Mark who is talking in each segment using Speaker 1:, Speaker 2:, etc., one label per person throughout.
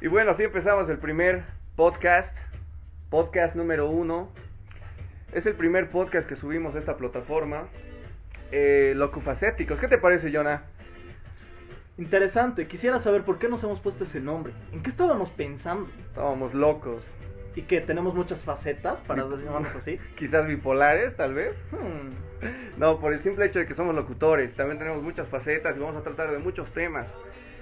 Speaker 1: Y bueno, así empezamos el primer podcast, podcast número uno. Es el primer podcast que subimos a esta plataforma. Eh, locufacéticos, ¿qué te parece, Jonah?
Speaker 2: Interesante, quisiera saber por qué nos hemos puesto ese nombre. ¿En qué estábamos pensando?
Speaker 1: Estábamos locos,
Speaker 2: Y que tenemos muchas facetas para
Speaker 1: Bi-
Speaker 2: llamarnos así.
Speaker 1: quizás bipolares, tal vez.
Speaker 2: Hmm,
Speaker 1: No, por el simple hecho de que somos locutores, también tenemos muchas facetas y vamos a tratar de muchos temas.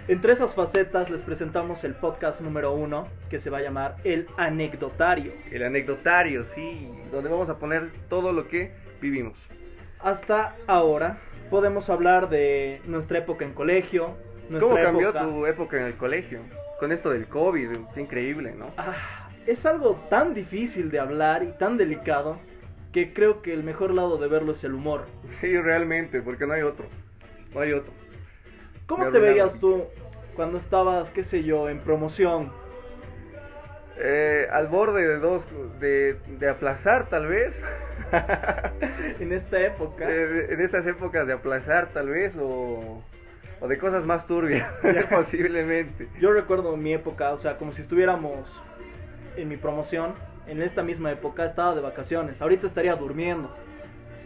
Speaker 2: Entre esas facetas les presentamos el podcast número uno que se va a llamar El Anecdotario.
Speaker 1: El anecdotario, sí, donde vamos a poner todo lo que vivimos.
Speaker 2: Hasta ahora podemos hablar de nuestra época en colegio, nuestra
Speaker 1: ¿Cómo cambió
Speaker 2: época...
Speaker 1: tu época en el colegio? Con esto del COVID, es increíble, ¿no?
Speaker 2: Ah, es algo tan difícil de hablar y tan delicado que creo que el mejor lado de verlo es el humor.
Speaker 1: Sí, realmente, porque no hay otro. No hay otro.
Speaker 2: ¿Cómo
Speaker 1: Me
Speaker 2: te
Speaker 1: arruinaron.
Speaker 2: veías tú cuando estabas, qué sé yo, en promoción?
Speaker 1: Eh, al borde de dos, de, de aplazar tal vez,
Speaker 2: En esta época.
Speaker 1: Eh, en esas épocas de aplazar tal vez, o, o de cosas más turbias, posiblemente.
Speaker 2: Yo recuerdo mi época, o sea, como si estuviéramos en mi promoción, en esta misma época estaba de vacaciones, ahorita estaría durmiendo.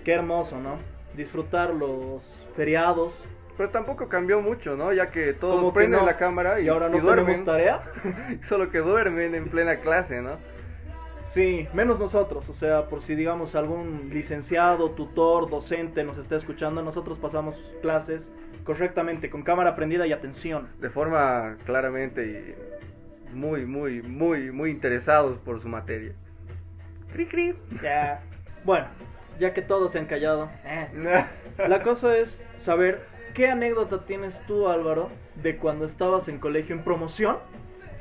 Speaker 2: Qué hermoso, ¿no? Disfrutar los feriados.
Speaker 1: Pero tampoco cambió mucho, ¿no? Ya que todos
Speaker 2: Como que
Speaker 1: prenden
Speaker 2: no.
Speaker 1: la cámara y,
Speaker 2: Y ahora no
Speaker 1: y duermen,
Speaker 2: tenemos tarea.
Speaker 1: solo que duermen en plena clase, ¿no?
Speaker 2: Sí, menos nosotros, o sea, por si digamos algún licenciado, tutor, docente nos está escuchando, nosotros pasamos clases correctamente, con cámara prendida y atención.
Speaker 1: De forma claramente y muy, muy, muy, muy interesados por su materia. Cri, cri.
Speaker 2: Ya. Bueno, ya que todos se han callado, eh, La cosa es saber qué anécdota tienes tú, Álvaro, de cuando estabas en colegio en promoción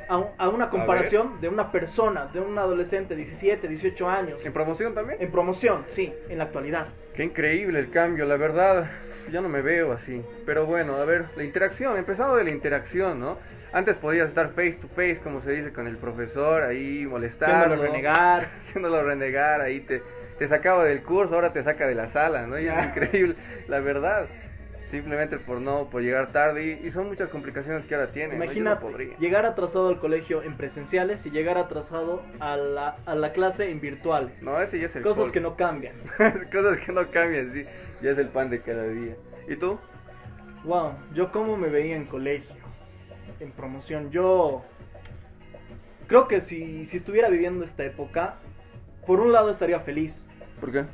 Speaker 2: a, un- a una comparación de una persona, de un adolescente, 17, 18 años.
Speaker 1: ¿En promoción también?
Speaker 2: En promoción, sí, en la actualidad.
Speaker 1: Qué increíble el cambio, la verdad. Yo no me veo así. Pero bueno, a ver, la interacción, empezando de la interacción, ¿no? Antes podías estar face to face, como se dice, con el profesor, ahí molestarlo.
Speaker 2: Siéndolo renegar.
Speaker 1: haciéndolo renegar, ahí te, te sacaba del curso, ahora te saca de la sala, ¿no? Y es
Speaker 2: Ya.
Speaker 1: increíble, la verdad. Simplemente por no, por llegar tarde y, y son muchas complicaciones que ahora tiene. ¿no? Yo no
Speaker 2: Imagínate
Speaker 1: podría.
Speaker 2: llegar atrasado al colegio en presenciales y llegar atrasado a la, a la clase en virtuales.
Speaker 1: No, ese ya es el
Speaker 2: Cosas
Speaker 1: colmo.
Speaker 2: que no cambian.
Speaker 1: Cosas que no cambian, sí. Ya es el pan de cada día. ¿Y tú?
Speaker 2: Wow, yo cómo me veía en colegio, en promoción. Yo creo que si, si estuviera viviendo esta época, por un lado estaría feliz,
Speaker 1: ¿Por qué?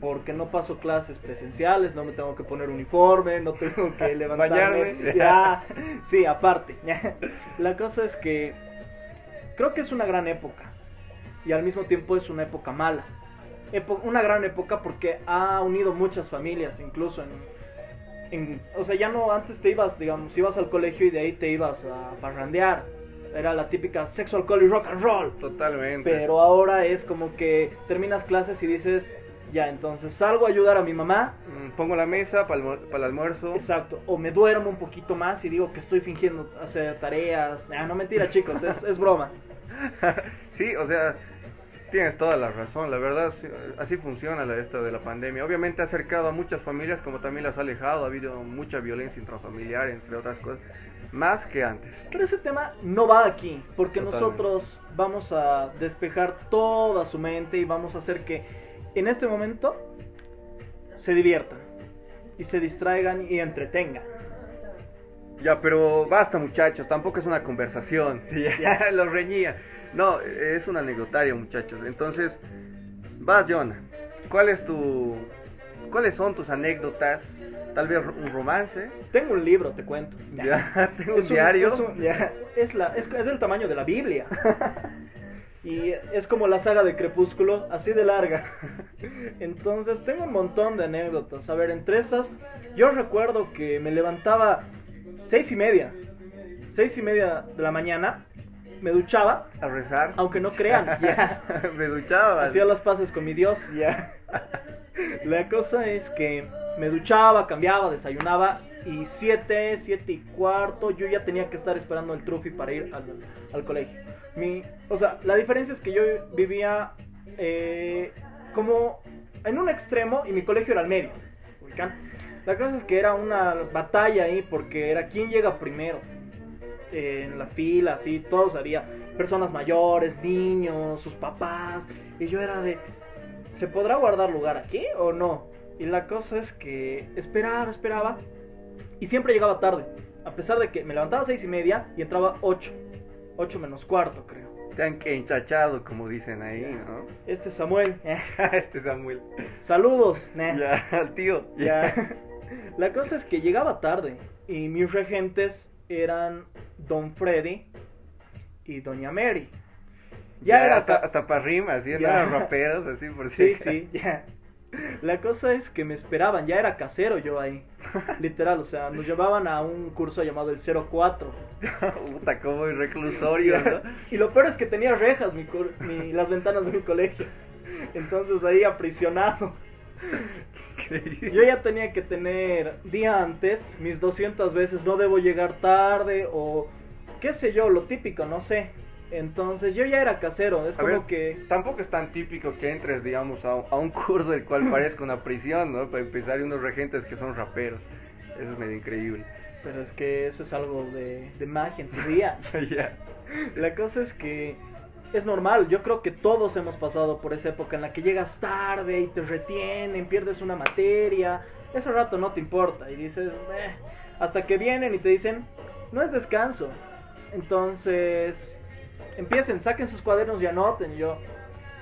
Speaker 2: porque no paso clases presenciales, no me tengo que poner uniforme, no tengo que levantarme.
Speaker 1: Bañarme.
Speaker 2: ya, sí, aparte. La cosa es que creo que es una gran época y al mismo tiempo es una época mala. Epo- una gran época porque ha unido muchas familias, incluso en, en- O sea, ya no antes te ibas, digamos, ibas al colegio y de ahí te ibas a parrandear. Era la típica sexo, alcohol y rock and roll.
Speaker 1: Totalmente.
Speaker 2: Pero ahora es como que terminas clases y dices, ya, entonces salgo a ayudar a mi mamá.
Speaker 1: Mm, Pongo la mesa para el, almuerzo.
Speaker 2: Exacto. O me duermo un poquito más y digo que estoy fingiendo hacer tareas. Ah, no mentira, chicos, es, es broma.
Speaker 1: Sí, o sea, tienes toda la razón. La verdad, sí, así funciona la esta de la pandemia. Obviamente ha acercado a muchas familias, como también las ha alejado. Ha habido mucha violencia intrafamiliar, entre otras cosas. Más que antes.
Speaker 2: Pero ese tema no va aquí, porque
Speaker 1: Totalmente.
Speaker 2: nosotros vamos a despejar toda su mente y vamos a hacer que en este momento se diviertan y se distraigan y entretengan.
Speaker 1: Ya, pero basta muchachos, tampoco es una conversación. Ya, los reñía. No, es un anecdotario muchachos. Entonces, vas Jonah, ¿cuál es tu... ¿Cuáles son tus anécdotas? Tal vez un romance.
Speaker 2: Tengo un libro, te cuento.
Speaker 1: Ya, tengo un
Speaker 2: Es un-
Speaker 1: diario.
Speaker 2: es, un- ya, es la, es, es del tamaño de la Biblia. Y es como la saga de Crepúsculo, así de larga. Entonces tengo un montón de anécdotas. A ver, entre esas, yo recuerdo que me levantaba seis y media. Seis y media de la mañana, me duchaba,
Speaker 1: A rezar.
Speaker 2: aunque no crean. ya.
Speaker 1: Me duchaba.
Speaker 2: Hacía las paces con mi Dios. La cosa es que me duchaba, cambiaba, desayunaba y 7, 7 y cuarto yo ya tenía que estar esperando el trufi para ir al, al colegio. Mi, o sea, la diferencia es que yo vivía eh, como en un extremo y mi colegio era al medio. ubican. La cosa es que era una batalla ahí porque era quién llega primero. eh, en la fila, así, todos había personas mayores, niños, sus papás, y yo era de, ¿se podrá guardar lugar aquí o no? Y la cosa es que esperaba, esperaba, y siempre llegaba tarde, a pesar de que me levantaba a seis y media y entraba ocho, ocho menos cuarto creo.
Speaker 1: Te han enchachado, como dicen ahí, ¿no?
Speaker 2: Este es Samuel,
Speaker 1: este Samuel.
Speaker 2: saludos, Nah.
Speaker 1: Ya, al tío.
Speaker 2: Ya. La cosa es que llegaba tarde y mis regentes eran Don Freddy y Doña Mary. Ya, era
Speaker 1: hasta,
Speaker 2: ta-
Speaker 1: hasta para rimas, ¿sí?
Speaker 2: Ya.
Speaker 1: Andaban raperos, así por si
Speaker 2: Sí,
Speaker 1: acaso.
Speaker 2: sí, ya. La cosa es que me esperaban, ya era casero yo ahí. Literal, o sea, nos llevaban a un curso llamado el 04.
Speaker 1: Puta, como reclusorio, ¿no?
Speaker 2: Y lo peor es que tenía rejas mi cor- mi- las ventanas de mi colegio. Entonces ahí aprisionado. Yo ya tenía que tener día antes mis 200 veces, no debo llegar tarde o qué sé yo, lo típico, no sé. Entonces yo ya era casero, es
Speaker 1: A
Speaker 2: como
Speaker 1: ver.
Speaker 2: que...
Speaker 1: Tampoco es tan típico que entres, digamos, a, a un curso del cual parezca una prisión, ¿no? Para empezar, y unos regentes que son raperos. Eso es medio increíble.
Speaker 2: Pero es que eso es algo de, de magia en tu día.
Speaker 1: Ya.
Speaker 2: La cosa es que es normal, yo creo que todos hemos pasado por esa época en la que llegas tarde y te retienen, pierdes una materia, ese rato no te importa y dices, "Meh", hasta que vienen y te dicen, no es descanso. Entonces, empiecen, saquen sus cuadernos y anoten. Y yo,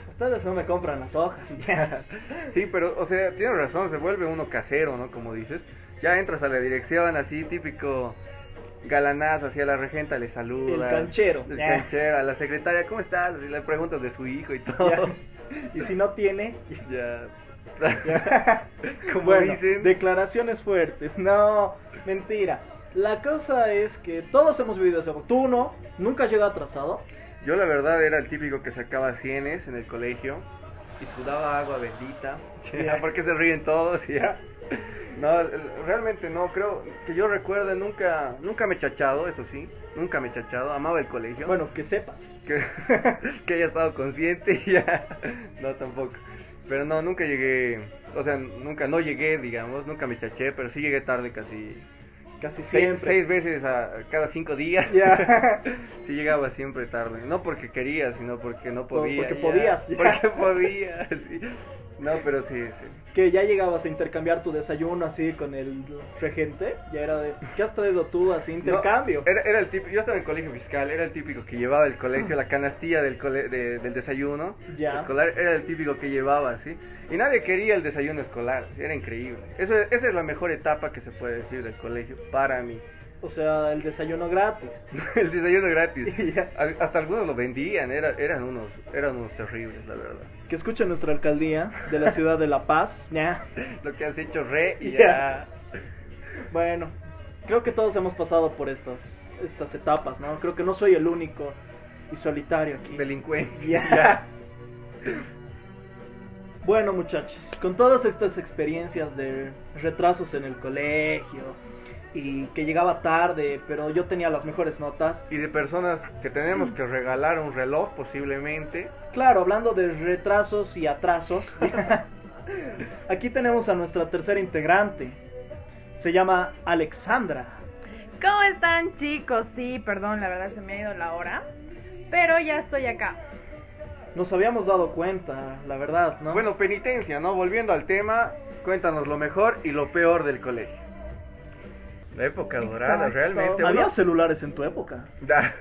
Speaker 2: ustedes no me compran las hojas.
Speaker 1: Sí, pero, o sea, tienes razón, se vuelve uno casero, ¿no? Como dices. Ya entras a la dirección, así, típico galanazo, así a la regenta le
Speaker 2: El
Speaker 1: saludas.
Speaker 2: canchero.
Speaker 1: El
Speaker 2: ya,
Speaker 1: canchero, a la secretaria, ¿cómo estás? Y le preguntas de su hijo y todo.
Speaker 2: ya. Y si no tiene,
Speaker 1: Ya. Como
Speaker 2: Bueno,
Speaker 1: dicen.
Speaker 2: declaraciones fuertes. No, mentira. La cosa es que todos hemos vivido ese Tú no, nunca has llegado atrasado.
Speaker 1: Yo la verdad era el típico que sacaba cienes en el colegio y sudaba agua bendita. Ya, ¿Por qué se ríen todos? Ya. No, realmente no, creo que yo recuerde nunca, nunca me he chachado, eso sí, nunca me he chachado, amaba el colegio.
Speaker 2: Bueno, que sepas.
Speaker 1: que, que haya estado consciente ya. No, tampoco. Pero no, nunca llegué, o sea, nunca, no llegué, digamos, nunca me chaché, pero sí llegué tarde casi
Speaker 2: Casi
Speaker 1: seis,
Speaker 2: siempre.
Speaker 1: seis veces a cada cinco días.
Speaker 2: Ya.
Speaker 1: Sí llegaba siempre tarde, no porque quería, sino porque no podía.
Speaker 2: porque
Speaker 1: ya.
Speaker 2: podías, ya.
Speaker 1: Porque podía, sí. No, pero sí, sí.
Speaker 2: que ya llegabas a intercambiar tu desayuno así con el regente. Ya era de, ¿qué has traído tú así? Intercambio.
Speaker 1: Era, era el típico, yo estaba en colegio fiscal, era el típico que llevaba el colegio, la canastilla del, cole- de- del desayuno
Speaker 2: Ya.
Speaker 1: escolar, era el típico que llevaba, ¿sí? Y nadie quería el desayuno escolar, era increíble. Eso, esa es la mejor etapa que se puede decir del colegio, para mí.
Speaker 2: O sea, el desayuno gratis.
Speaker 1: El desayuno gratis.
Speaker 2: Y ya.
Speaker 1: Al- Hasta algunos lo vendían, era- eran, unos, eran unos terribles, la verdad.
Speaker 2: Que escucha nuestra alcaldía de la ciudad de La Paz. Ya.
Speaker 1: Lo que has hecho re y
Speaker 2: Ya.
Speaker 1: ya.
Speaker 2: Bueno, creo que todos hemos pasado por estas, estas etapas, ¿no? Creo que no soy el único y solitario aquí.
Speaker 1: Delincuente.
Speaker 2: Ya. Bueno, muchachos, con todas estas experiencias de retrasos en el colegio y que llegaba tarde, pero yo tenía las mejores notas.
Speaker 1: Y de personas que tenemos que regalar un reloj posiblemente.
Speaker 2: Claro, hablando de retrasos y atrasos, aquí tenemos a nuestra tercera integrante. Se llama Alexandra.
Speaker 3: ¿Cómo están chicos? Sí, perdón, la verdad se me ha ido la hora, pero ya estoy acá.
Speaker 2: Nos habíamos dado cuenta, la verdad, ¿no?
Speaker 1: Bueno, penitencia, ¿no? Volviendo al tema, cuéntanos lo mejor y lo peor del colegio. La época dorada,
Speaker 3: Exacto.
Speaker 1: realmente. uno-
Speaker 2: había celulares en tu época.
Speaker 1: Da,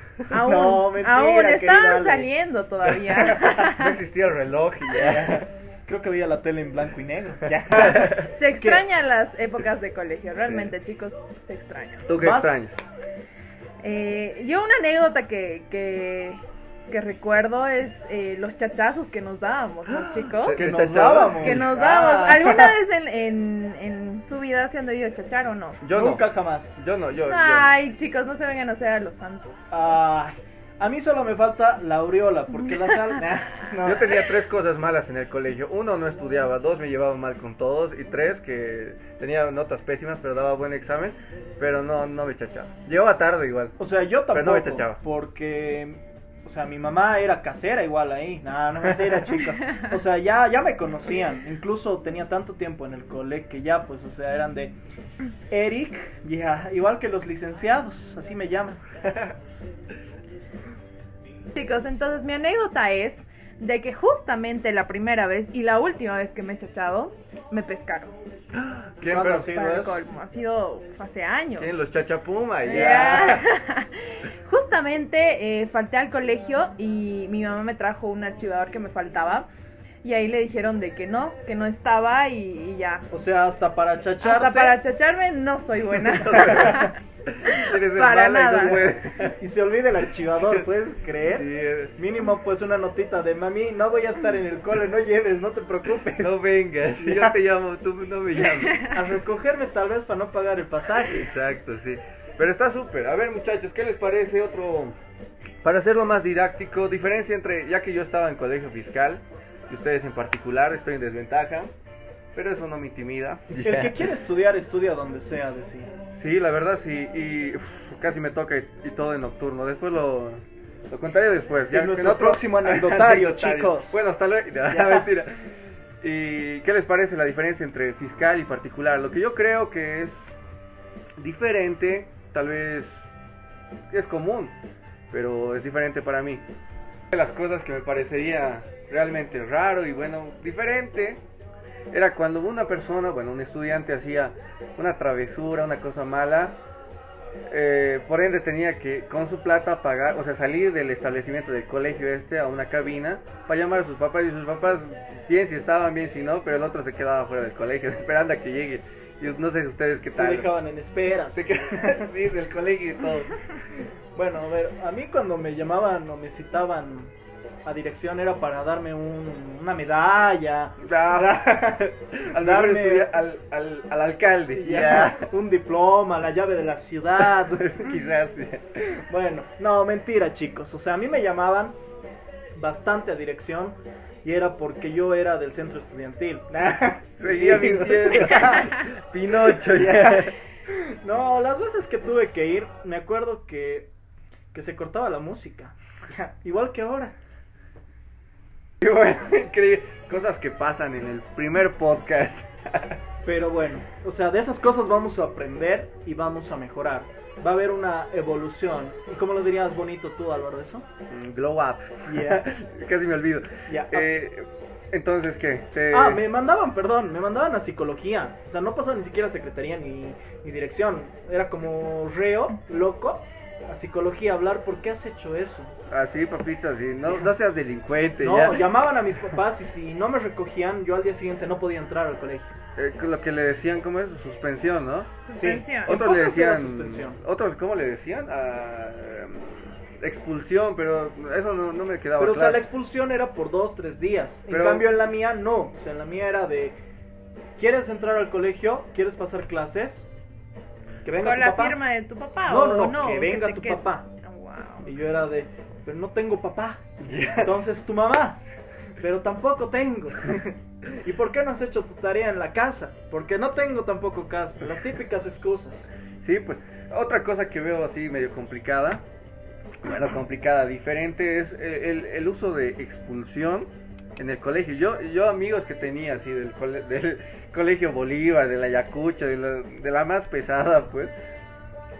Speaker 3: Aún,
Speaker 2: No, mentira,
Speaker 3: aún
Speaker 2: querida
Speaker 3: estaban
Speaker 2: Ale.
Speaker 3: saliendo todavía.
Speaker 1: no existía el reloj y ya.
Speaker 2: Creo que veía la tele en blanco y negro.
Speaker 3: se extrañan las épocas de colegio, realmente chicos, se extrañan.
Speaker 1: ¿Tú qué
Speaker 2: Vas-
Speaker 1: extrañas?
Speaker 3: Eh, yo una anécdota que, que, que recuerdo es eh, los chachazos que nos dábamos, ¿no chicos?
Speaker 1: Se-
Speaker 2: Que
Speaker 1: se
Speaker 2: nos
Speaker 1: chachaban.
Speaker 2: dábamos.
Speaker 3: Que nos
Speaker 2: Ah.
Speaker 3: dábamos. ¿Alguna vez en, en, en su vida se han debido chachar o no?
Speaker 1: Yo
Speaker 2: Nunca
Speaker 1: no.
Speaker 2: jamás.
Speaker 1: Yo no, yo. yo no.
Speaker 3: Ay, chicos, no se vengan a hacer a los santos.
Speaker 2: Ay, a mí solo me falta la aureola, porque la sal... Nah, no.
Speaker 1: Yo tenía tres cosas malas en el colegio. Uno, no estudiaba. Dos, me llevaba mal con todos. Y tres, que tenía notas pésimas, pero daba buen examen. Pero no, no me chachaba. Llegaba tarde igual.
Speaker 2: O sea,
Speaker 1: Pero
Speaker 2: yo tampoco,
Speaker 1: no me chachaba.
Speaker 2: porque O sea, mi mamá era casera igual ahí. No, no mentira, chicos. O sea, ya, ya me conocían. Incluso tenía tanto tiempo en el cole que ya, pues, o sea, eran de Eric, ya, igual que los licenciados, así me llaman.
Speaker 3: Chicos, entonces mi anécdota es de que justamente la primera vez y la última vez que me he chachado, me pescaron.
Speaker 1: ¿Quién
Speaker 2: ¿Cuándo
Speaker 1: pero-
Speaker 2: ha sido
Speaker 3: Para
Speaker 2: eso?
Speaker 3: colmo, ha sido hace años.
Speaker 1: ¿Quién? Los chachapuma, ya.
Speaker 3: Ya. Justamente eh, falté al colegio y mi mamá me trajo un archivador que me faltaba y ahí le dijeron de que no, que no estaba y, y ya.
Speaker 2: O sea, hasta para chacharte.
Speaker 3: Hasta para chacharme no soy buena.
Speaker 1: Eres el
Speaker 3: Para
Speaker 1: mala y no
Speaker 3: nada.
Speaker 1: puedes.
Speaker 2: Y se olvida el archivador, ¿puedes creer?
Speaker 1: Sí, eh,
Speaker 2: Mínimo, pues, una notita de mami, no voy a estar en el cole, no lleves, no te preocupes.
Speaker 1: No vengas, si yo te llamo, tú no me llames.
Speaker 2: A recogerme tal vez para no pagar el pasaje.
Speaker 1: Exacto, sí. Pero está súper. A ver, muchachos, ¿qué les parece otro? Para hacerlo más didáctico, diferencia entre, ya que yo estaba en colegio fiscal, y ustedes en particular, estoy en desventaja, pero eso no me intimida.
Speaker 2: El que quiere estudiar, estudia donde sea, decía.
Speaker 1: Sí, la verdad sí, y uf, casi me toca y, y todo en nocturno. Después lo, lo contaré después.
Speaker 2: En nuestro próximo anecdotario, chicos.
Speaker 1: Bueno, hasta luego. Ya, mentira. ¿Y qué les parece la diferencia entre fiscal y particular? Lo que yo creo que es diferente, tal vez es común, pero es diferente para mí. Una de las cosas que me parecería realmente raro y bueno, diferente, era cuando una persona, bueno, un estudiante hacía una travesura, una cosa mala, eh, por ende tenía que con su plata pagar, o sea, salir del establecimiento del colegio este a una cabina para llamar a sus papás y sus papás, bien si estaban, bien si no, pero el otro se quedaba fuera del colegio esperando a que llegue. Y no sé ustedes qué
Speaker 2: Te
Speaker 1: tal.
Speaker 2: dejaban en espera.
Speaker 1: Se quedaba así del colegio y todo.
Speaker 2: Bueno, a ver, a mí cuando me llamaban o me citaban a dirección era para darme un- una medalla,
Speaker 1: Ah, al, mejor
Speaker 2: Darme-
Speaker 1: estudia- al, al, al alcalde,
Speaker 2: ya, un diploma, la llave de la ciudad.
Speaker 1: quizás.
Speaker 2: Bueno, no, mentira, chicos. O sea, a mí me llamaban bastante a dirección y era porque yo era del centro estudiantil.
Speaker 1: Seguía
Speaker 2: Sí.
Speaker 1: mintiendo. Pinocho, ya.
Speaker 2: No, las veces que tuve que ir, me acuerdo que, que se cortaba la música. Igual que ahora.
Speaker 1: Y bueno, increíble. Cosas que pasan en el primer podcast.
Speaker 2: Pero bueno, o sea, de esas cosas vamos a aprender y vamos a mejorar. Va a haber una evolución. ¿Y cómo lo dirías bonito tú, Álvaro, eso?
Speaker 1: Mm, Glow up.
Speaker 2: Yeah,
Speaker 1: Casi me olvido.
Speaker 2: yeah.
Speaker 1: Eh, entonces, ¿qué? Te-
Speaker 2: Ah, me mandaban, perdón, me mandaban a psicología. O sea, no pasaba ni siquiera secretaría ni, ni dirección. Era como reo, loco, a psicología, a hablar, ¿por qué has hecho eso?
Speaker 1: Así, Ah, papito, así. No, no seas delincuente,
Speaker 2: No,
Speaker 1: este,
Speaker 2: pues
Speaker 1: ya.
Speaker 2: llamaban a mis papás y si no me recogían, yo al día siguiente no podía entrar al colegio.
Speaker 1: Eh, lo que le decían, ¿cómo es? Suspensión, ¿no?
Speaker 3: Suspensión.
Speaker 2: En
Speaker 1: Otros le
Speaker 2: pocas era
Speaker 1: decían.
Speaker 2: suspensión.
Speaker 1: Otros, ¿cómo le decían? Ah, em, expulsión, pero eso no, no me quedaba
Speaker 2: Pero, o sea,
Speaker 1: claro.
Speaker 2: la expulsión era por dos, tres días.
Speaker 1: Pero-
Speaker 2: En cambio, en la mía, no. O sea, en la mía era de, ¿quieres entrar al colegio? ¿Quieres pasar clases? Que venga
Speaker 3: Con
Speaker 2: tu
Speaker 3: la
Speaker 2: papá.
Speaker 3: firma de tu papá.
Speaker 2: No,
Speaker 3: o
Speaker 2: no, no, que
Speaker 3: o
Speaker 2: venga
Speaker 3: te
Speaker 2: tu
Speaker 3: quedes-
Speaker 2: papá.
Speaker 3: Ah, wow.
Speaker 2: Y yo era de, pero no tengo papá.
Speaker 1: Ya.
Speaker 2: Entonces tu mamá, pero tampoco tengo. ¿Y por qué no has hecho tu tarea en la casa? Porque no tengo tampoco casa. Las típicas excusas.
Speaker 1: Sí, pues otra cosa que veo así medio complicada, bueno, complicada, diferente, es eh, el, el uso de expulsión en el colegio. Yo, yo amigos que tenía así del, cole- del colegio Bolívar, de la Yacucha, de la, de la más pesada, pues,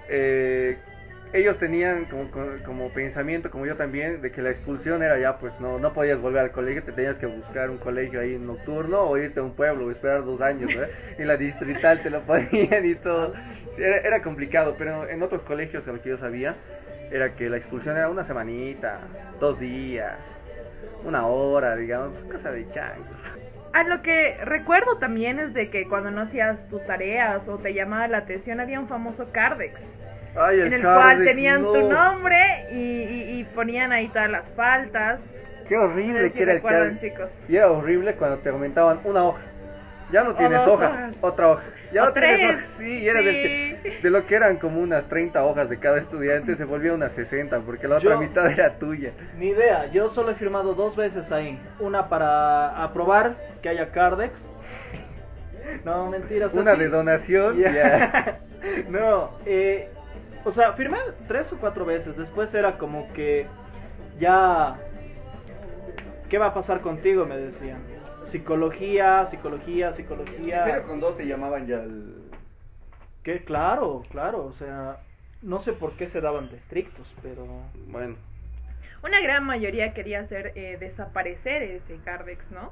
Speaker 1: eh, ellos tenían como, como- como pensamiento, como yo también, de que la expulsión era ya, pues no, no podías volver al colegio, te tenías que buscar un colegio ahí nocturno o irte a un pueblo o esperar dos años, ¿verdad? Y la distrital te lo ponían y todo. Sí, era, era complicado, pero en otros colegios, a lo que yo sabía, era que la expulsión era una semanita, dos días, una hora, digamos, cosa de changos.
Speaker 3: A lo que recuerdo también es de que cuando no hacías tus tareas o te llamaba la atención había un famoso Cardex.
Speaker 1: Ay,
Speaker 3: en el cual
Speaker 1: Cardex,
Speaker 3: tenían
Speaker 1: no.
Speaker 3: tu nombre y, y- y ponían ahí todas las faltas.
Speaker 1: Qué
Speaker 3: No
Speaker 1: horrible
Speaker 3: sé si
Speaker 1: que era el
Speaker 3: recuerdan,
Speaker 1: Cardex.
Speaker 3: chicos.
Speaker 1: Y era horrible cuando te aumentaban una hoja. Ya no tienes
Speaker 3: dos
Speaker 1: hoja,
Speaker 3: hojas.
Speaker 1: otra hoja. Ya
Speaker 3: O
Speaker 1: no tienes
Speaker 3: tres.
Speaker 1: hoja. Sí, y era del que-
Speaker 3: Sí.
Speaker 1: de lo que eran como unas 30 hojas de cada estudiante, se volvía unas 60, porque la otra
Speaker 2: Yo-
Speaker 1: mitad era tuya.
Speaker 2: Ni idea, yo solo he firmado dos veces ahí. Una para aprobar que haya Cardex. No, mentira. o sea,
Speaker 1: Una
Speaker 2: sí.
Speaker 1: de donación,
Speaker 2: Ya.
Speaker 1: ya.
Speaker 2: No, eh, o sea, firmé tres o cuatro veces. Después era como que ya, ¿qué va a pasar contigo? Me decían. Psicología, psicología,
Speaker 1: ¿En serio
Speaker 2: psicología.
Speaker 1: con dos te llamaban ya al...
Speaker 2: Que claro, claro, o sea, no sé por qué se daban de estrictos, pero...
Speaker 1: Bueno,
Speaker 3: Una gran mayoría quería hacer eh, desaparecer ese Cardex, ¿no?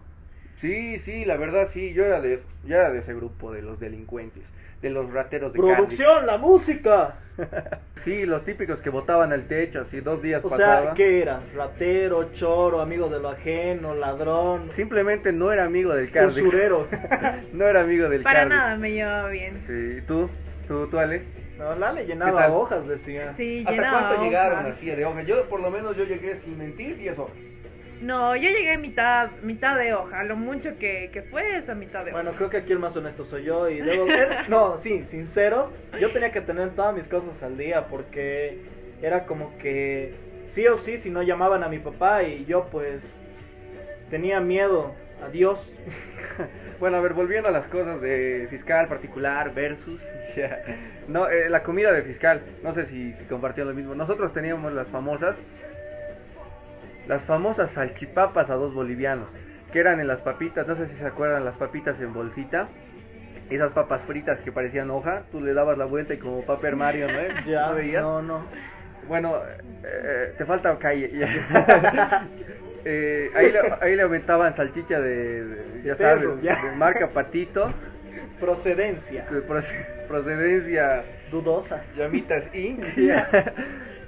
Speaker 1: sí, sí, la verdad sí, yo era de esos, yo era de ese grupo de los delincuentes, de los rateros de
Speaker 2: ¡Producción, la música!
Speaker 1: Cali. Sí, los típicos que botaban al techo, así dos días
Speaker 2: O sea,
Speaker 1: pasaba.
Speaker 2: ¿qué eras? Ratero, choro, amigo de lo ajeno, ladrón,
Speaker 1: Simplemente no era amigo del Cardex.
Speaker 2: usurero.
Speaker 1: No era amigo del
Speaker 3: Para
Speaker 1: Cardex.
Speaker 3: nada me llevaba bien.
Speaker 1: Sí, ¿tú? ¿Tú, tú Ale?
Speaker 2: No, la le
Speaker 1: ¿Qué
Speaker 2: llenaba
Speaker 1: tal?
Speaker 2: hojas, decía.
Speaker 3: Sí,
Speaker 1: ¿Hasta
Speaker 3: llenaba
Speaker 1: cuánto llegaron
Speaker 3: hojas.
Speaker 1: así de hojas? Yo, por lo menos, yo llegué sin mentir 10 horas.
Speaker 3: No, yo llegué a mitad, mitad de hoja, lo mucho que, que fue esa mitad de hoja.
Speaker 2: Bueno, creo que aquí el más honesto soy yo y debo... eh, No, sí, sinceros, yo tenía que tener todas mis cosas al día porque era como que sí o sí, si no llamaban a mi papá y yo pues tenía miedo a Dios.
Speaker 1: Bueno, a ver, volviendo a las cosas de fiscal particular versus... ya. No, eh, la comida de fiscal, no sé si, si compartían lo mismo. Nosotros teníamos las famosas... Las famosas salchipapas a dos bolivianos, que eran en las papitas, no sé si se acuerdan, las papitas en bolsita. Esas papas fritas que parecían hoja, tú le dabas la vuelta y como Paper Mario, ¿no? eh? ¿No veías?
Speaker 2: no, no.
Speaker 1: Bueno, eh, te falta calle. ya. Eh, ahí, le, ahí le aumentaban salchicha de, de- ya
Speaker 2: De perro,
Speaker 1: sabes,
Speaker 2: ya.
Speaker 1: de marca Patito,
Speaker 2: Procedencia
Speaker 1: de proce- procedencia
Speaker 2: dudosa.
Speaker 1: Llamitas Inc.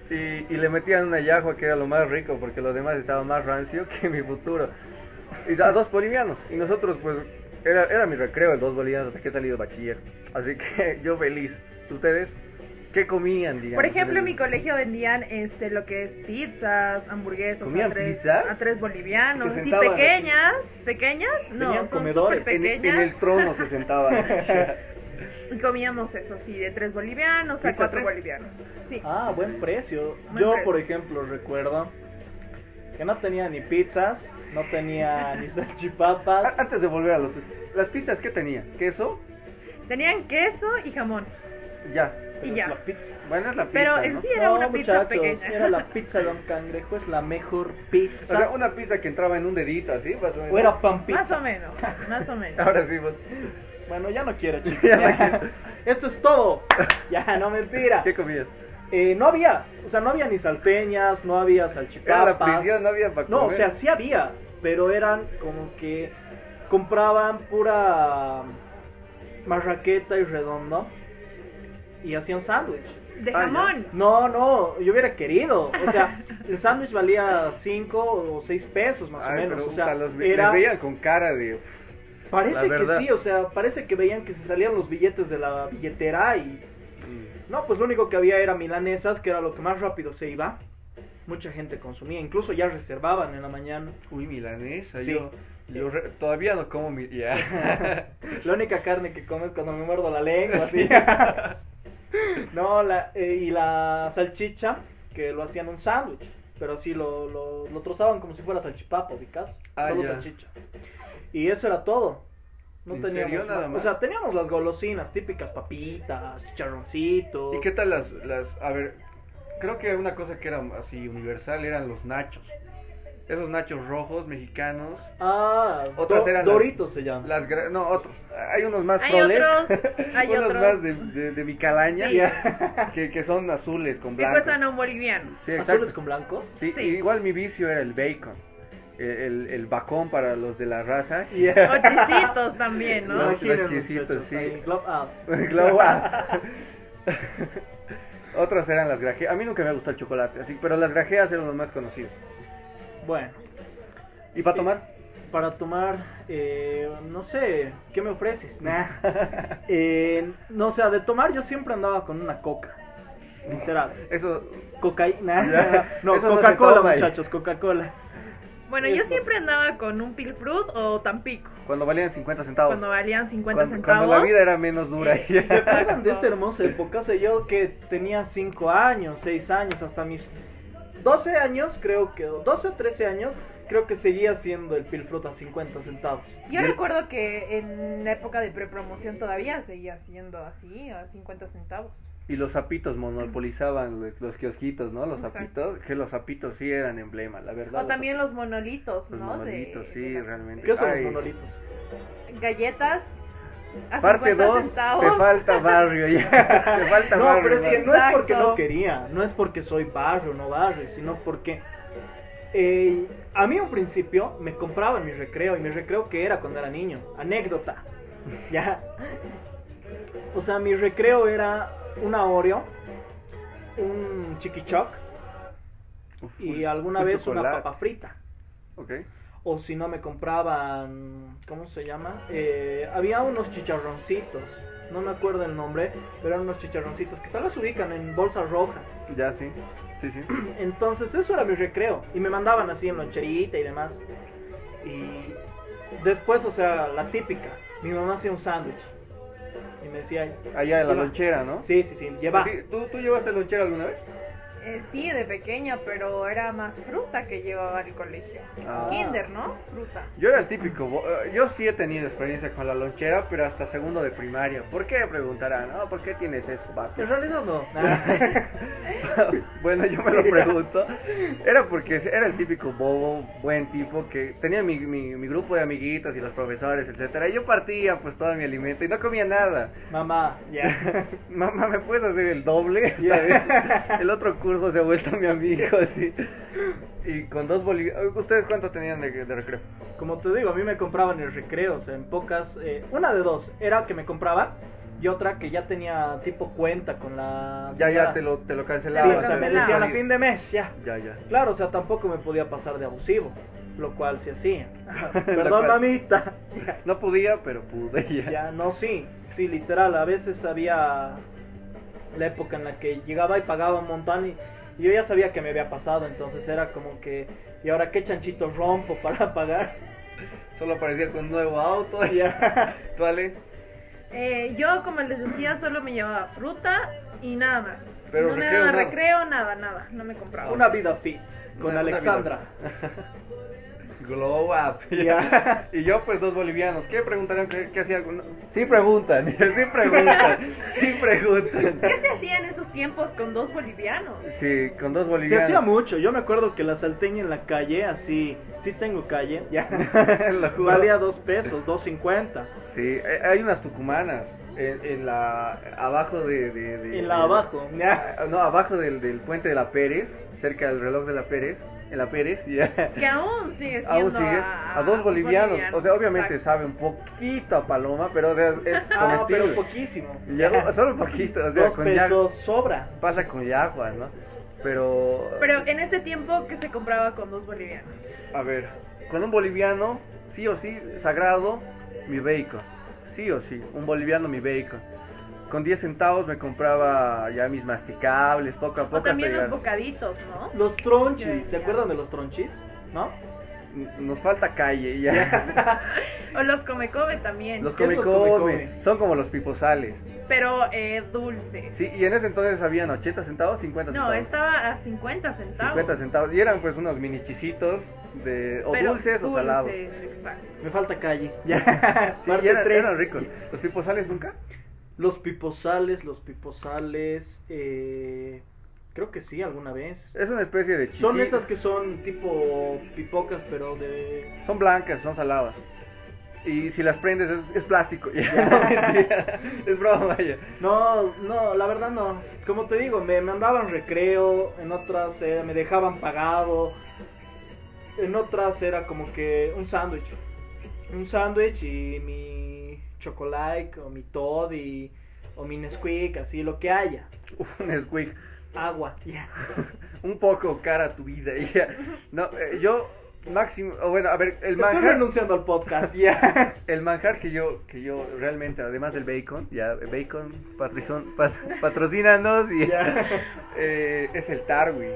Speaker 1: Y, y le metían una yahua que era lo más rico porque los demás estaban más rancio que mi futuro. Y a dos bolivianos. Y nosotros, pues, era, era mi recreo el dos bolivianos hasta que he salido bachiller. Así que yo feliz. ¿Ustedes? ¿Qué comían, digamos?
Speaker 3: Por ejemplo, en mi
Speaker 1: el-
Speaker 3: colegio vendían este lo que es pizzas, hamburguesas,
Speaker 1: ¿Comían
Speaker 3: a tres,
Speaker 1: pizzas?
Speaker 3: a tres bolivianos,
Speaker 1: Se
Speaker 3: así
Speaker 1: sentaban así.
Speaker 3: pequeñas, pequeñas, no,
Speaker 2: Tenían
Speaker 3: son
Speaker 2: comedores.
Speaker 1: en,
Speaker 3: superpequeñas.
Speaker 1: en el trono se sentaba.
Speaker 3: Y comíamos eso, sí, de tres bolivianos a
Speaker 1: ¿Pizza
Speaker 3: cuatro
Speaker 1: tres?
Speaker 3: bolivianos. Sí.
Speaker 2: Ah, buen precio.
Speaker 3: Buen
Speaker 2: Yo,
Speaker 3: precio.
Speaker 2: por ejemplo, recuerdo que no tenía ni pizzas, no tenía ni salchipapas.
Speaker 3: Ah,
Speaker 1: A- Antes de volver a los las pizzas que tenía, queso,
Speaker 3: Tenían queso y jamón.
Speaker 1: ya.
Speaker 2: Pero
Speaker 3: y ya.
Speaker 2: es la pizza.
Speaker 1: Bueno, es la
Speaker 3: Pero
Speaker 1: pizza,
Speaker 3: en
Speaker 1: ¿no?
Speaker 3: sí era
Speaker 2: no,
Speaker 3: una pizza
Speaker 2: muchachos,
Speaker 3: pequeña.
Speaker 2: era la pizza de Don Cangrejo, es la mejor
Speaker 1: O
Speaker 2: pizza.
Speaker 1: sea, una pizza que entraba en un dedito, así, más o menos.
Speaker 2: o era pan
Speaker 3: Más o
Speaker 2: pizza.
Speaker 3: menos, más o menos.
Speaker 1: Ahora sí, vos.
Speaker 2: Bueno, ya no quiero, chicos.
Speaker 1: Ya no
Speaker 2: ya. Esto es todo. Ya, no mentira.
Speaker 1: ¿Qué comías?
Speaker 2: Eh, no había, o sea, no había ni salteñas, no había
Speaker 1: Era
Speaker 2: salchipapas.
Speaker 1: la prisión, no había para
Speaker 2: No, o
Speaker 1: comer.
Speaker 2: sea, sí había, pero eran como que compraban pura marraqueta y redondo y hacían sándwich.
Speaker 3: De
Speaker 1: Ah, ya.
Speaker 3: jamón.
Speaker 2: No, no, yo hubiera querido. O sea, el sándwich valía 5 o 6 pesos más
Speaker 1: Ay,
Speaker 2: o menos.
Speaker 1: pero,
Speaker 2: O sea,
Speaker 1: puta, los, ve-
Speaker 2: era,
Speaker 1: les veían con cara de...
Speaker 2: parece
Speaker 1: la
Speaker 2: que
Speaker 1: verdad.
Speaker 2: sí, o sea, parece que veían que se salían los billetes de la billetera y
Speaker 1: "Mm,
Speaker 2: no, pues lo único que había era milanesas, que era lo que más rápido se iba. Mucha gente consumía, incluso ya reservaban en la mañana.
Speaker 1: Uy, milanesa,
Speaker 2: Sí.
Speaker 1: yo... yo re- todavía no como mi... ya.
Speaker 2: La única carne que comes cuando me muerdo la lengua, así. no, la, eh, y la salchicha, que lo hacían un sándwich, pero así lo, lo, lo trozaban como si fuera salchipapa, ubicás.
Speaker 1: Ah,
Speaker 2: Solo
Speaker 1: ya.
Speaker 2: salchicha. Y eso era todo. No
Speaker 1: ¿En
Speaker 2: teníamos
Speaker 1: serio? Nada
Speaker 2: O
Speaker 1: más.
Speaker 2: sea, teníamos las golosinas típicas, papitas, chicharroncitos.
Speaker 1: ¿Y qué tal las, las... A ver, creo que una cosa que era así universal eran los nachos. Esos nachos rojos, mexicanos.
Speaker 2: Ah,
Speaker 1: Otras
Speaker 2: do-
Speaker 1: eran las-
Speaker 2: Doritos se llaman.
Speaker 1: Las gra- No, otros. Hay unos más
Speaker 3: Hay
Speaker 1: proles.
Speaker 3: otros, hay
Speaker 1: unos
Speaker 3: otros.
Speaker 1: más de, de, de mi calaña.
Speaker 3: Sí.
Speaker 1: que, que son azules con
Speaker 3: Que
Speaker 1: blancos.
Speaker 3: cuestan a un boliviano.
Speaker 1: Sí, exacto.
Speaker 2: ¿Azules con blanco?
Speaker 1: Sí,
Speaker 3: Sí.
Speaker 1: Igual mi vicio era el bacon. El, el, el bacón para los de la raza.
Speaker 3: O chisitos también, ¿no?
Speaker 1: Los-
Speaker 2: Imaginen,
Speaker 1: los chisitos,
Speaker 2: muchachos,
Speaker 1: sí.
Speaker 2: ahí, ah, glob out.
Speaker 1: Glow up. Otros eran las grajeas. A mí nunca me gustó el chocolate, así, pero las grajeas eran los más conocidos.
Speaker 2: Bueno,
Speaker 1: ¿Y para tomar?
Speaker 2: para tomar, eh, no sé, ¿qué me ofreces? Nah. Eh, no, o sea, de tomar yo siempre andaba con una coca. Literal.
Speaker 1: Eso,
Speaker 2: Cocaína.
Speaker 1: Ya.
Speaker 2: No,
Speaker 1: Eso no se
Speaker 2: Coca-Cola,
Speaker 1: toma ahí.
Speaker 2: muchachos, Coca-Cola.
Speaker 3: Bueno, yo
Speaker 2: Eso.
Speaker 3: siempre andaba con un pilfrut o tampico,
Speaker 1: cuando valían 50 centavos.
Speaker 3: cuando valían 50
Speaker 1: Cuando-
Speaker 3: centavos.
Speaker 1: cuando la vida era menos dura.
Speaker 2: ¿Se acuerdan de esa hermosa época? O sea, yo que tenía 5 años, 6 años, hasta mis 12 años, creo que, o 12 o 13 años, creo que seguía siendo el pilfruta a 50 centavos.
Speaker 3: Yo recuerdo que en la época de prepromoción todavía seguía siendo así, a 50 centavos.
Speaker 1: Y los zapitos monopolizaban los, los kiosquitos, ¿no? Los
Speaker 3: Exacto.
Speaker 1: zapitos, que los zapitos sí eran emblema, la verdad.
Speaker 3: O
Speaker 1: los
Speaker 3: también los monolitos,
Speaker 1: Los
Speaker 3: ¿no?
Speaker 1: monolitos, sí,
Speaker 3: la-
Speaker 1: realmente.
Speaker 2: ¿Qué son
Speaker 1: Ay.
Speaker 2: los monolitos?
Speaker 3: Galletas. a
Speaker 1: Parte
Speaker 3: 50
Speaker 1: 2, te
Speaker 3: centavos.
Speaker 1: falta barrio ya. te falta
Speaker 2: No,
Speaker 1: barrio.
Speaker 2: pero es que
Speaker 1: barrio.
Speaker 2: no es porque
Speaker 3: Exacto.
Speaker 2: no quería, no es porque soy barrio, no barrio, sino porque eh, a mí un principio me compraba en mi recreo y mi recreo que era cuando era niño, anécdota, ya. O sea, mi recreo era una Oreo, un chiquichoc
Speaker 1: Uf,
Speaker 2: y
Speaker 1: un-
Speaker 2: alguna
Speaker 1: un
Speaker 2: vez una
Speaker 1: chocolate.
Speaker 2: papa frita.
Speaker 1: Ok.
Speaker 2: O si no me compraban, ¿cómo se llama? Eh, había unos chicharroncitos, no me acuerdo el nombre, pero eran unos chicharroncitos que tal vez ubican en bolsa roja.
Speaker 1: Ya, sí. Sí, sí.
Speaker 2: Entonces eso era mi recreo. Y me mandaban así en loncherita y demás. Y después, o sea, la típica. Mi mamá hacía un sándwich. Y me decía,
Speaker 1: Allá en la
Speaker 2: Lleva.
Speaker 1: lonchera, ¿no?
Speaker 2: sí, sí, sí, lleva.
Speaker 1: Sí, ¿Tú, ¿Tú llevaste lonchera alguna vez?
Speaker 3: Eh, sí, de pequeña, pero era más fruta que llevaba al colegio.
Speaker 1: Ah.
Speaker 3: Kinder, ¿no? Fruta.
Speaker 1: Yo era el típico, bo- eh, yo sí he tenido experiencia con la lonchera, pero hasta segundo de primaria. ¿Por qué? Preguntarán, no, ¿por qué tienes eso, vato?
Speaker 2: En realidad no. Ah,
Speaker 1: bueno, yo me lo pregunto. Era porque era el típico bobo, buen tipo, que tenía mi, mi, mi grupo de amiguitas y los profesores, etcétera. Y yo partía pues todo mi alimento y no comía nada.
Speaker 2: mamá, ya.
Speaker 1: Mamá, ¿me puedes hacer el doble esta
Speaker 2: Ya.
Speaker 1: vez? El otro curso se ha vuelto mi amigo, así. Y con dos bolivianos. ¿Ustedes cuánto tenían de, de recreo?
Speaker 2: Como te digo, a mí me compraban en recreo, o sea, en pocas... eh, una de dos, era que me compraban y otra que ya tenía tipo cuenta con la...
Speaker 1: Ya, ya,
Speaker 2: señora.
Speaker 1: te lo, te lo
Speaker 2: Ah, Sí,
Speaker 1: cancelaban.
Speaker 2: o sea, me
Speaker 1: te lo
Speaker 2: decían a
Speaker 1: ponían.
Speaker 2: fin de mes, ya.
Speaker 1: Ya, ya.
Speaker 2: Claro, o sea, tampoco me podía pasar de abusivo, lo cual sí hacía.
Speaker 1: Lo
Speaker 2: Perdón,
Speaker 1: cual-
Speaker 2: mamita.
Speaker 1: No podía, pero pude ya.
Speaker 2: Ya, no, sí, sí, literal. A veces había la época en la que llegaba y pagaba un montón y, y yo ya sabía que me había pasado, entonces era como que, ¿y ahora qué chanchito rompo para pagar?
Speaker 1: Solo aparecía con un nuevo auto.
Speaker 2: Ya.
Speaker 1: ¿Tú, Ale?
Speaker 3: Eh, yo, como les decía, solo me llevaba fruta y nada más.
Speaker 1: Pero
Speaker 3: no me
Speaker 1: recreo,
Speaker 3: daba
Speaker 1: nada.
Speaker 3: recreo, nada, nada. No me compraba.
Speaker 2: Una vida fit con
Speaker 1: Ah. Una- una
Speaker 2: Alexandra.
Speaker 1: Glow up.
Speaker 2: Ya.
Speaker 1: Y yo, pues, dos bolivianos. ¿Qué preguntaron? ¿Qué, qué hacía? No, Sí preguntan, sí preguntan, sí preguntan.
Speaker 3: ¿Qué se hacía en esos tiempos con dos bolivianos?
Speaker 1: Sí, con dos
Speaker 2: Se
Speaker 1: bolivianos.
Speaker 2: hacía mucho, yo me acuerdo que la salteña en la calle, así, sí tengo calle, ya,
Speaker 1: Lo juro.
Speaker 2: valía dos pesos, dos cincuenta.
Speaker 1: Sí, eh, hay unas tucumanas en, en la abajo de, de- de-
Speaker 2: En la
Speaker 1: de-
Speaker 2: abajo, ya.
Speaker 1: Ah, No, abajo del, del puente de la Pérez, cerca del reloj de la Pérez, en la Pérez, ya.
Speaker 3: Que aún sigue siendo
Speaker 1: Aún sigue
Speaker 3: a,
Speaker 1: a dos bolivianos. O sea, obviamente
Speaker 3: exacto.
Speaker 1: sabe un poquito a paloma, pero o sea, es
Speaker 2: Ah, pero
Speaker 1: comestible.
Speaker 2: poquísimo.
Speaker 1: Ya no- solo un poquito, o sea,
Speaker 2: Dos
Speaker 1: con
Speaker 2: pesos sobra.
Speaker 1: ya- pasa con yagua, ¿no? Pero,
Speaker 3: Pero en este tiempo, ¿qué se compraba con dos bolivianos?
Speaker 1: a ver, con un boliviano, sí o sí, sagrado, mi bacon. Sí o sí, un boliviano, mi bacon. Con 10 centavos me compraba ya mis masticables, poco a poco
Speaker 3: O también
Speaker 1: hasta
Speaker 3: los
Speaker 1: llegar.
Speaker 3: bocaditos, ¿no?
Speaker 2: Los tronchis,
Speaker 3: Ya,
Speaker 2: ¿se
Speaker 3: ya.
Speaker 2: acuerdan de los tronchis? ¿No?
Speaker 1: N- Nos falta calle ya.
Speaker 3: O los come-come también,
Speaker 1: Los
Speaker 2: ¿Qué es
Speaker 1: come,
Speaker 2: los come, come?
Speaker 1: son como los piposales.
Speaker 3: pero eh, dulces.
Speaker 1: Sí, y en ese entonces habían 80 centavos, 50
Speaker 3: No,
Speaker 1: centavos.
Speaker 3: estaba a 50 centavos.
Speaker 1: 50 centavos. Y eran pues unos mini chisitos de, o
Speaker 3: Pero
Speaker 1: dulces, o salados. Sí,
Speaker 3: dulces, exacto.
Speaker 2: Me falta calle.
Speaker 1: y
Speaker 2: Parte
Speaker 1: eran,
Speaker 2: tres.
Speaker 1: eran ricos. ¿Los piposales nunca?
Speaker 2: Los piposales, los piposales. eh, creo que sí, alguna vez.
Speaker 1: Es una especie de
Speaker 2: Son
Speaker 1: chisi-
Speaker 2: esas que son tipo pipocas, pero de.
Speaker 1: Son blancas, son saladas. Y si las prendes es, es plástico. No, mentira. es broma. ya.
Speaker 2: No, no, la verdad no. Como te digo, me mandaban recreo, en otras eh, me dejaban pagado, en otras era como que un sándwich. Un sándwich y mi chocolate o mi Todd y, o mi Nesquik, así lo que haya.
Speaker 1: Uf, un squeak.
Speaker 2: Agua, ya.
Speaker 1: Un poco cara a tu vida. ya. No, eh, yo máximo... o bueno, a ver, el
Speaker 2: Estoy
Speaker 1: manjar...
Speaker 2: renunciando al podcast, ya.
Speaker 1: El manjar que yo, que yo realmente, además del bacon, ya bacon, patricón, pat- patrocínanos y eh, es el tarwi.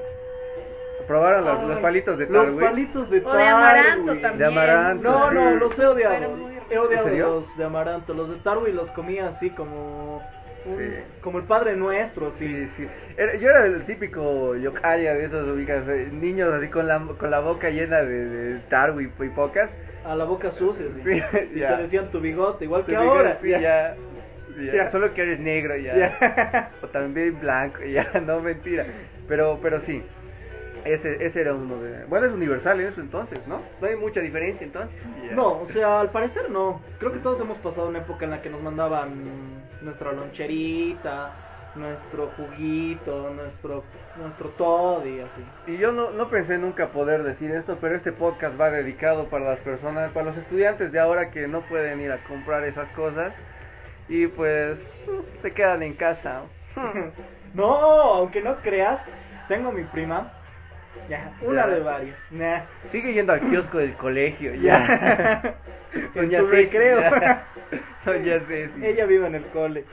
Speaker 1: Probaron los, los
Speaker 2: Ay,
Speaker 1: palitos de
Speaker 2: Los
Speaker 1: tarwi.
Speaker 2: palitos de
Speaker 3: O de amaranto
Speaker 2: Tarwi.
Speaker 3: también.
Speaker 1: De amaranto,
Speaker 2: No,
Speaker 1: Sí.
Speaker 2: no, los he
Speaker 3: Pero
Speaker 2: odiado.
Speaker 3: muy rico.
Speaker 2: He
Speaker 1: ¿En
Speaker 2: odiado
Speaker 1: serio?
Speaker 2: los de amaranto. Los de Tarwi los comía así como. un-
Speaker 1: Sí.
Speaker 2: Como el padre nuestro,
Speaker 1: Sí,
Speaker 2: así.
Speaker 1: sí. Era- yo era el típico yokaria de esos ubicas, eh, niños así con la, con la boca llena de, de tarwi y pocas.
Speaker 2: A la boca sucia, así.
Speaker 1: Sí,
Speaker 2: Y
Speaker 1: ya.
Speaker 2: te decían tu bigote, igual
Speaker 1: Te
Speaker 2: que
Speaker 1: digo,
Speaker 2: ahora.
Speaker 1: sí, ya. Ya,
Speaker 2: Ya.
Speaker 1: Solo que eres negro ya. O también blanco ya. No, mentira. Pero, pero sí. Ese, ese era uno de... Bueno, es universal eso entonces, ¿no? No hay mucha diferencia entonces. Ya.
Speaker 2: No, o sea, al parecer no. Creo que todos hemos pasado una época en la que nos mandaban nuestra loncherita, nuestro juguito, nuestro nuestro todo y así.
Speaker 1: Y yo no, no pensé nunca poder decir esto, pero este podcast va dedicado para las personas, para los estudiantes de ahora que no pueden ir a comprar esas cosas y pues mm, se quedan en casa.
Speaker 2: No, aunque no creas, tengo mi prima. Ya, una
Speaker 1: Ya.
Speaker 2: de varias. Nah,
Speaker 1: Sigue yendo al kiosco del colegio, ya.
Speaker 2: en su recreo.
Speaker 1: No, ya sé. sí.
Speaker 2: Ella vive en el cole.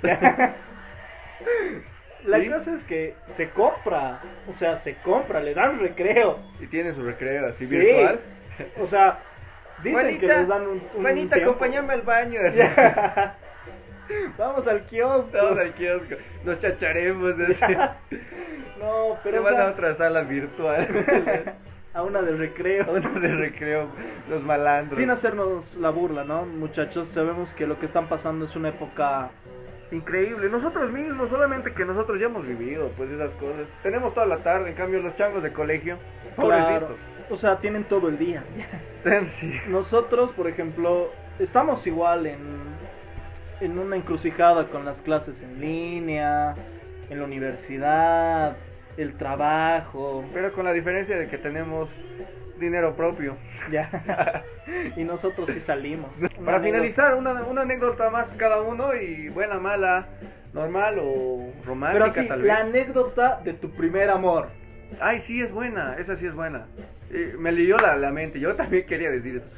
Speaker 2: La
Speaker 1: ¿Sí?
Speaker 2: cosa es que se compra, o sea, se compra, le dan recreo.
Speaker 1: Y tiene su recreo así
Speaker 2: Sí.
Speaker 1: virtual.
Speaker 2: O sea, dicen que
Speaker 1: Juanita,
Speaker 2: les dan un, un
Speaker 1: Juanita,
Speaker 2: tiempo.
Speaker 1: acompáñame al baño. así.
Speaker 2: Vamos al kiosco.
Speaker 1: Vamos al kiosco, nos chacharemos. así.
Speaker 2: No,
Speaker 1: Se
Speaker 2: pero o
Speaker 1: van
Speaker 2: sea,
Speaker 1: a otra sala virtual,
Speaker 2: a una de
Speaker 1: a
Speaker 2: recreo.
Speaker 1: una de recreo, los malandros.
Speaker 2: Sin hacernos la burla, ¿no? Muchachos, sabemos que lo que están pasando es una época
Speaker 1: Increíble, nosotros mismos, solamente que nosotros ya hemos vivido pues esas cosas. Tenemos toda la tarde, en cambio los changos de colegio,
Speaker 2: claro.
Speaker 1: pobrecitos.
Speaker 2: O sea, tienen todo el día.
Speaker 1: Ten- sí.
Speaker 2: Nosotros, por ejemplo, estamos igual en, en una encrucijada con las clases en línea, en la universidad, el trabajo,
Speaker 1: Pero con la diferencia de que tenemos dinero propio.
Speaker 2: ya. y nosotros sí salimos.
Speaker 1: Para finalizar, una, una anécdota más cada uno y buena, mala, normal o romántica
Speaker 2: Pero sí,
Speaker 1: tal
Speaker 2: la
Speaker 1: vez.
Speaker 2: anécdota de tu primer amor.
Speaker 1: Ay, sí, es buena, esa sí es buena. Eh, me leyó la, la mente, yo también quería decir eso.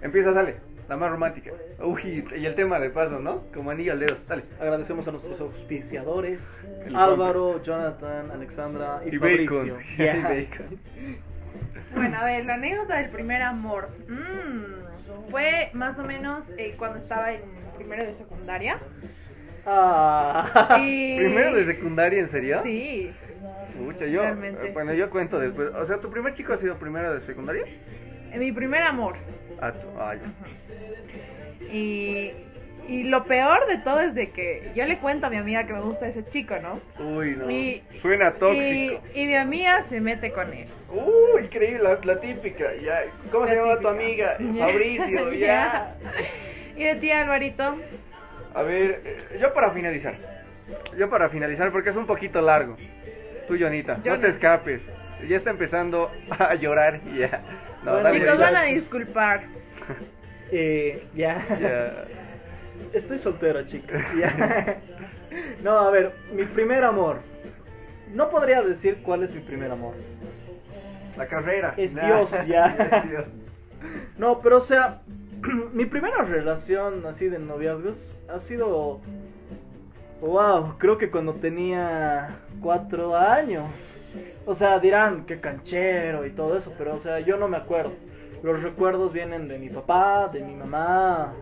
Speaker 1: Empieza, sale, la más romántica. Uy, y el tema de paso, ¿no? Como anillo al dedo, dale.
Speaker 2: Agradecemos a nuestros auspiciadores,
Speaker 1: El
Speaker 2: Álvaro, Jonathan, Alexandra y,
Speaker 1: Y
Speaker 2: Fabricio.
Speaker 1: bacon.
Speaker 2: Ya.
Speaker 1: Y bacon.
Speaker 3: Bueno, a ver, la anécdota del primer amor. Mm, fue más o menos eh, cuando estaba en primero de secundaria.
Speaker 2: Ah.
Speaker 3: Y...
Speaker 1: ¿Primero de secundaria, en serio?
Speaker 3: Sí.
Speaker 1: Pucha, yo,
Speaker 3: Realmente.
Speaker 1: eh, bueno, yo cuento después. O sea, ¿tu primer chico ha sido primero de secundaria?
Speaker 3: eh, Mi primer amor.
Speaker 1: Ah, tu- ah, ya.
Speaker 3: Y, y lo peor de todo es de que yo le cuento a mi amiga que me gusta ese chico, ¿no?
Speaker 1: Uy, no.
Speaker 3: Mi-
Speaker 1: Suena
Speaker 3: Y,
Speaker 1: tóxico.
Speaker 3: y mi amiga se mete con él.
Speaker 1: Uh, increíble, la, la típica. Ya. ¿Cómo se
Speaker 3: La
Speaker 1: llama tu
Speaker 3: típica.
Speaker 1: amiga? Fabricio, ya.
Speaker 3: Ya. Y de ti, Alvarito.
Speaker 1: A ver, eh, yo para finalizar. Yo para finalizar, porque es un poquito largo. Tú, Jonita, no
Speaker 3: Jonah.
Speaker 1: te escapes. Ya está empezando a llorar. y Ya. No,
Speaker 2: Bueno,
Speaker 1: dale,
Speaker 3: Chicos, van a
Speaker 2: muchachos.
Speaker 3: disculpar.
Speaker 2: Eh, ya.
Speaker 1: ya.
Speaker 2: Estoy soltero, chicas. Ya. No, a ver, mi primer amor. No podría decir cuál es mi primer amor.
Speaker 1: La carrera.
Speaker 2: Es Dios, ya.
Speaker 1: Es Dios.
Speaker 2: No, pero o sea, mi primera relación así de noviazgos ha sido... Wow, creo que cuando tenía cuatro años. O sea, dirán que canchero y todo eso, pero o sea, yo no me acuerdo. Los recuerdos vienen de mi papá, de mi mamá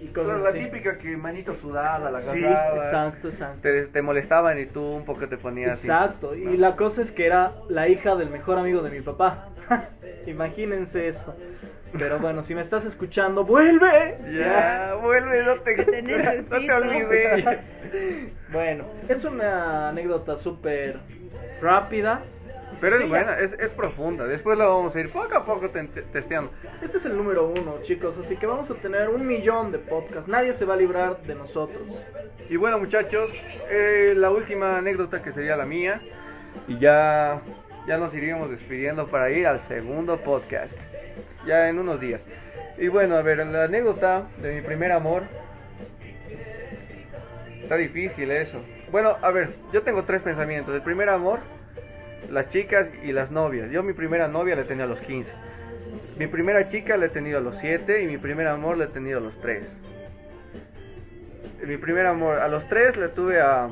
Speaker 2: y cosas
Speaker 1: Claro, la
Speaker 2: así.
Speaker 1: típica que manito sudada, la
Speaker 2: sí,
Speaker 1: agarrabas.
Speaker 2: exacto, exacto.
Speaker 1: te, te molestaban y tú un poco te ponías
Speaker 2: Exacto, y la cosa es que era la hija del mejor amigo de mi papá. Imagínense eso. Pero bueno, si me estás escuchando, vuelve.
Speaker 1: así. Ya, vuelve, no te,
Speaker 3: Te necesito.
Speaker 1: no te olvides.
Speaker 2: Bueno, es una anécdota súper rápida.
Speaker 1: Pero
Speaker 2: Sí,
Speaker 1: es
Speaker 2: ya.
Speaker 1: buena, es, es profunda. Después la vamos a ir poco a poco te- te- testeando.
Speaker 2: Este es el número uno, chicos, así que vamos a tener un millón de podcasts. Nadie se va a librar de nosotros.
Speaker 1: Y bueno, muchachos, eh, la última anécdota que sería la mía. Y ya, ya nos iríamos despidiendo para ir al segundo podcast. Ya en unos días. Y bueno, a ver, la anécdota de mi primer amor. Está difícil eso. Bueno, a ver, yo tengo tres pensamientos. El primer amor, las chicas y las novias. Yo mi primera novia la he tenido a los 15. Mi primera chica la he tenido a los 7 y mi primer amor la he tenido a los 3. Mi primer amor, a los 3 le tuve a...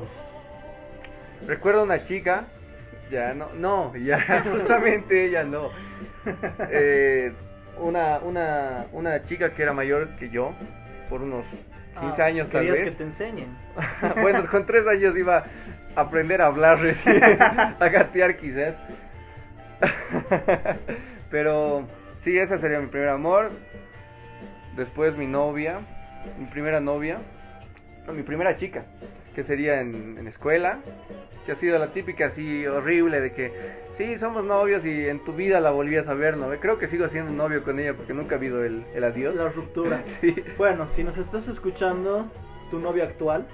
Speaker 1: Recuerdo una chica, ya no, no, ya justamente ella no. Eh, una, una, una chica que era mayor que yo, por unos 15
Speaker 2: Ah,
Speaker 1: años tal
Speaker 2: querías
Speaker 1: vez.
Speaker 2: que te enseñen.
Speaker 1: Bueno, con tres años iba a aprender a hablar recién, a gatear quizás. Pero sí, ese sería mi primer amor. Después mi novia, mi primera novia. No, mi primera chica, que sería en, en escuela, que ha sido la típica así horrible de que, sí, somos novios y en tu vida la volvías a ver, ¿no? Creo que sigo siendo novio con ella porque nunca ha habido el, el adiós.
Speaker 2: La ruptura.
Speaker 1: Sí.
Speaker 2: Bueno, si nos estás escuchando, tu novia actual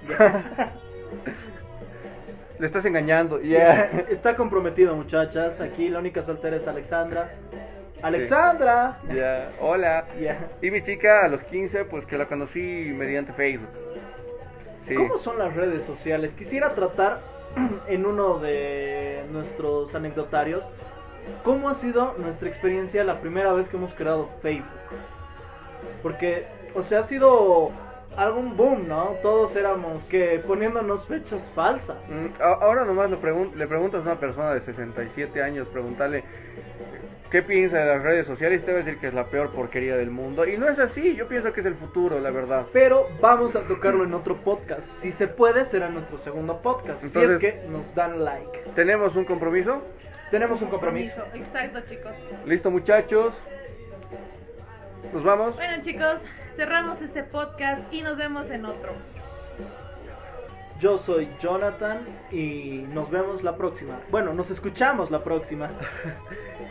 Speaker 1: Le estás engañando. Ya.
Speaker 2: está comprometido, muchachas. Aquí la única soltera es Alexandra. ¡Alexandra!
Speaker 1: Ya. Hola.
Speaker 2: Ya.
Speaker 1: Y mi chica a los 15, pues que la conocí mediante Facebook. Sí.
Speaker 2: ¿Cómo son las redes sociales? Quisiera tratar en uno de nuestros anecdotarios cómo ha sido nuestra experiencia la primera vez que hemos creado Facebook. Porque, o sea, ha sido algún boom, ¿no? Todos éramos que poniéndonos fechas falsas.
Speaker 1: Mm, a- Ahora nomás lo pregun- le preguntas a una persona de 67 años, preguntarle qué piensa de las redes sociales y te va a decir que es la peor porquería del mundo. Y no es así, yo pienso que es el futuro, la verdad.
Speaker 2: Pero vamos a tocarlo en otro podcast. Si se puede, será nuestro segundo podcast. si
Speaker 1: Entonces-
Speaker 2: es que nos dan like.
Speaker 1: ¿Tenemos un compromiso?
Speaker 2: Tenemos un compromiso.
Speaker 3: Exacto, chicos.
Speaker 1: ¿Listo muchachos? ¿Nos vamos?
Speaker 3: Bueno, chicos, cerramos este podcast y nos vemos en otro.
Speaker 2: Yo soy Jonathan y nos vemos la próxima. Bueno, nos escuchamos la próxima.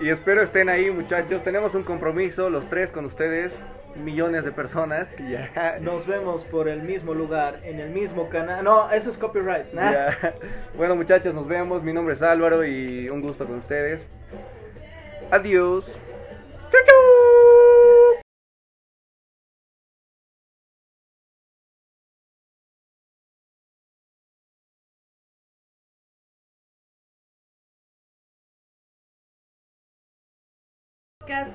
Speaker 1: Y espero estén ahí muchachos. Tenemos un compromiso, los tres con ustedes, millones de personas. Ya.
Speaker 2: Nos vemos por el mismo lugar, en el mismo canal. No, eso es copyright. nah.
Speaker 1: Ya. Bueno muchachos, nos vemos. Mi nombre es Álvaro y un gusto con ustedes. Adiós. Chau, chau.
Speaker 3: Podcast